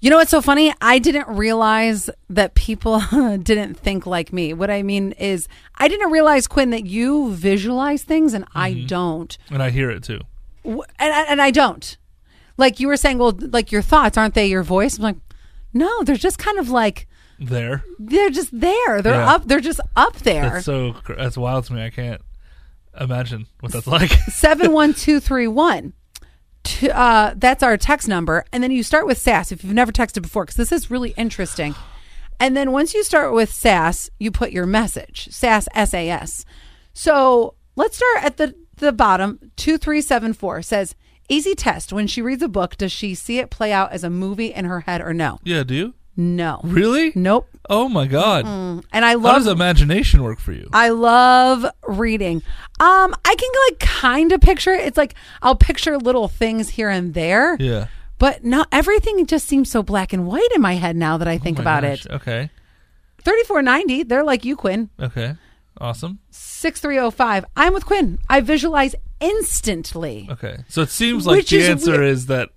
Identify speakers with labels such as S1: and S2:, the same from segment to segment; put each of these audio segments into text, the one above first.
S1: You know what's so funny? I didn't realize that people didn't think like me. What I mean is, I didn't realize, Quinn, that you visualize things and I
S2: Mm-hmm.
S1: don't.
S2: and I hear it too.
S1: W- And, I- and I don't. Like you were saying, well, like your thoughts, aren't they your voice? I'm like, no, they're just kind of like,
S2: There,
S1: they're just there. They're
S2: Yeah.
S1: up. They're just up there.
S2: that's so cr- that's wild to me. I can't imagine what that's like.
S1: 71231. T- Uh, that's our text number. And then you start with SAS if you've never texted before, because this is really interesting. And then once you start with SAS, you put your message SAS, S A S. So let's start at the, the bottom. 2374 says, Easy test. When she reads a book, does she see it play out as a movie in her head or no?
S2: yeah, do you
S1: No.
S2: really?
S1: Nope.
S2: Oh my god,
S1: And I
S2: how
S1: love
S2: does imagination work for you?
S1: I love reading. Um, I can like kind of picture it. It's like I'll picture little things here and there.
S2: yeah,
S1: But not everything just seems so black and white in my head now that I think
S2: Oh my
S1: about
S2: gosh.
S1: it.
S2: Okay,
S1: Thirty four ninety, they're like you, Quinn.
S2: okay, awesome.
S1: Six three oh five. I'm with Quinn. I visualize instantly.
S2: Okay, so it seems like
S1: Which
S2: the
S1: is
S2: answer
S1: weird.
S2: is that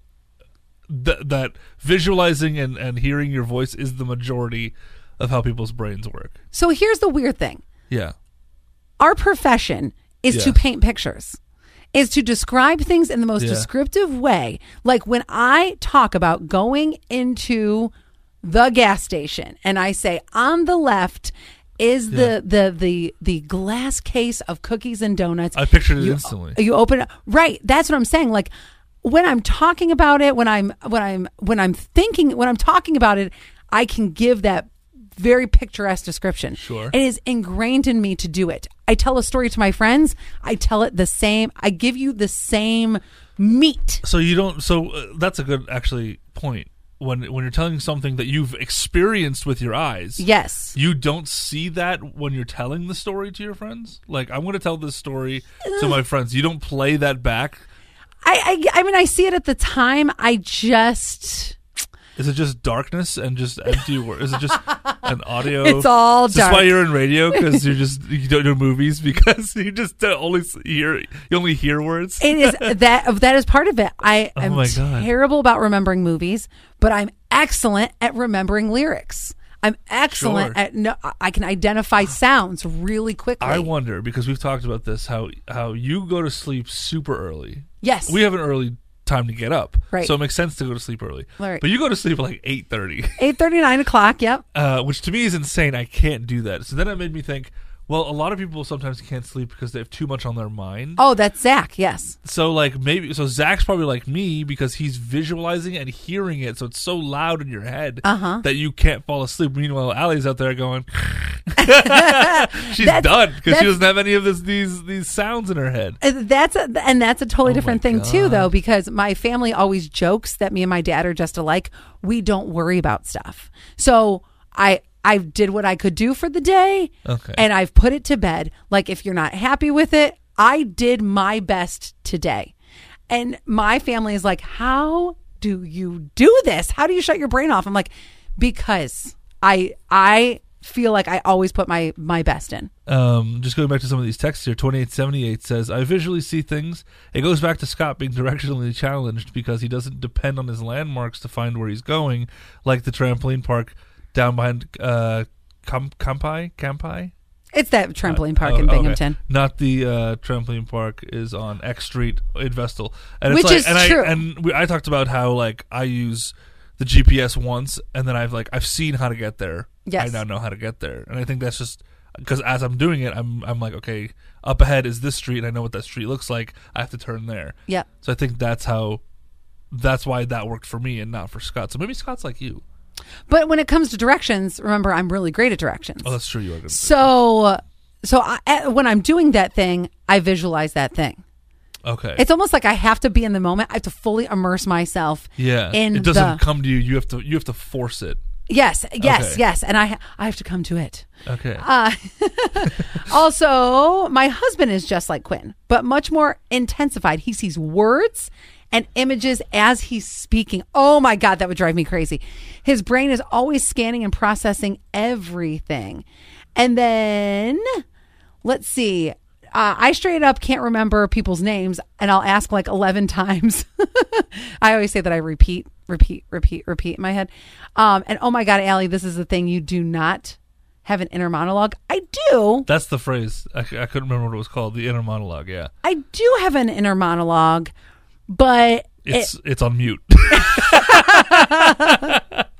S2: th- that visualizing and and hearing your voice is the majority of how people's brains work.
S1: So here's the weird thing.
S2: Yeah,
S1: Our profession is
S2: Yeah.
S1: to paint pictures. Is to describe things in the most
S2: Yeah.
S1: descriptive way. Like when I talk about going into the gas station and I say on the left is the, the the the glass case of cookies and donuts.
S2: I pictured it instantly.
S1: you open up right that's what i'm saying like when i'm talking about it when i'm when i'm when i'm thinking when i'm talking about it i can give that very picturesque description
S2: Sure.
S1: it is ingrained in me to do it i tell a story to my friends i tell it the same i give you the same meat
S2: So you don't. So uh, that's a good actually point. When when you're telling something that you've experienced with your eyes,
S1: yes
S2: you don't see that when you're telling the story to your friends. Like I'm going to tell this story to my friends. You don't play that back.
S1: I, I i mean i see it at the time i just
S2: Is it just darkness and just empty words? Is it just an audio?
S1: It's all
S2: Is this
S1: dark.
S2: why you're in radio because you're just you don't do movies because you just don't only s- hear you only hear words.
S1: it is that that is part of it. I am
S2: Oh my God.
S1: terrible about remembering movies, but I'm excellent at remembering lyrics. I'm excellent
S2: Sure.
S1: at no, I can identify sounds really quickly.
S2: I wonder because we've talked about this how how you go to sleep super early.
S1: Yes.
S2: we have an early time to get up,
S1: Right.
S2: So it makes sense to go to sleep early.
S1: Right.
S2: But you go to sleep at like eight thirty,
S1: Eight thirty nine o'clock. Yep.
S2: uh, which to me is insane. I can't do that. So then it made me think. Well, a lot of people sometimes can't sleep because they have too much on their mind.
S1: Oh, that's Zach. Yes.
S2: So like maybe so Zach's probably like me because he's visualizing and hearing it, so it's so loud in your head
S1: Uh-huh.
S2: that you can't fall asleep. Meanwhile, Allie's out there going, she's
S1: That's-
S2: done because she
S1: that's-
S2: doesn't have any of this these these sounds in her head.
S1: And Uh, That's a, and that's a totally different thing too,
S2: Oh God.
S1: though, because my family always jokes that me and my dad are just alike. We don't worry about stuff, so I I did what I could do for the day,
S2: Okay.
S1: and I've put it to bed. Like if you're not happy with it, I did my best today, and my family is like, "How do you do this? How do you shut your brain off?" I'm like, because I I feel like I always put my my best in.
S2: Um, just going back to some of these texts here, twenty eight seventy eight says, "I visually see things." It goes back to Scott being directionally challenged because he doesn't depend on his landmarks to find where he's going, like the trampoline park down behind uh, Camp Campi Campi.
S1: It's that trampoline park in
S2: Oh, okay.
S1: Binghamton.
S2: Not the uh, trampoline park is on X Street in Vestal, and it's
S1: Which
S2: like,
S1: is
S2: and
S1: true.
S2: I, and we, I talked about how like I use the GPS once, and then I've like I've seen how to get there.
S1: Yes.
S2: I now know how to get there, and I think that's just because as I'm doing it, I'm I'm like okay, up ahead is this street, and I know what that street looks like. I have to turn there.
S1: Yep.
S2: So I think that's how. That's why that worked for me and not for Scott. So maybe Scott's like you.
S1: But when it comes to directions, remember I'm really great at directions.
S2: Oh, that's true. You are. Good.
S1: so, so I, eh, when I'm doing that thing, I visualize that thing.
S2: Okay.
S1: It's almost like I have to be in the moment. I have to fully immerse myself.
S2: yeah.
S1: in
S2: it doesn't
S1: the
S2: come to you. You have to. You have to force it.
S1: yes, yes,
S2: Okay.
S1: yes, and I ha- I have to come to it.
S2: Okay.
S1: Also, my husband is just like Quinn, but much more intensified. He sees words and images as he's speaking. Oh my God, that would drive me crazy. His brain is always scanning and processing everything. And then, let's see. Uh, I straight up can't remember people's names, and I'll ask like 11 times. I always say that I repeat repeat, repeat, repeat in my head. Um, and oh my God, Allie, this is the thing you do not have an inner monologue. I do.
S2: That's the phrase. I, c- I couldn't remember what it was called. The inner monologue. Yeah,
S1: I do have an inner monologue, but it-
S2: it's it's on mute.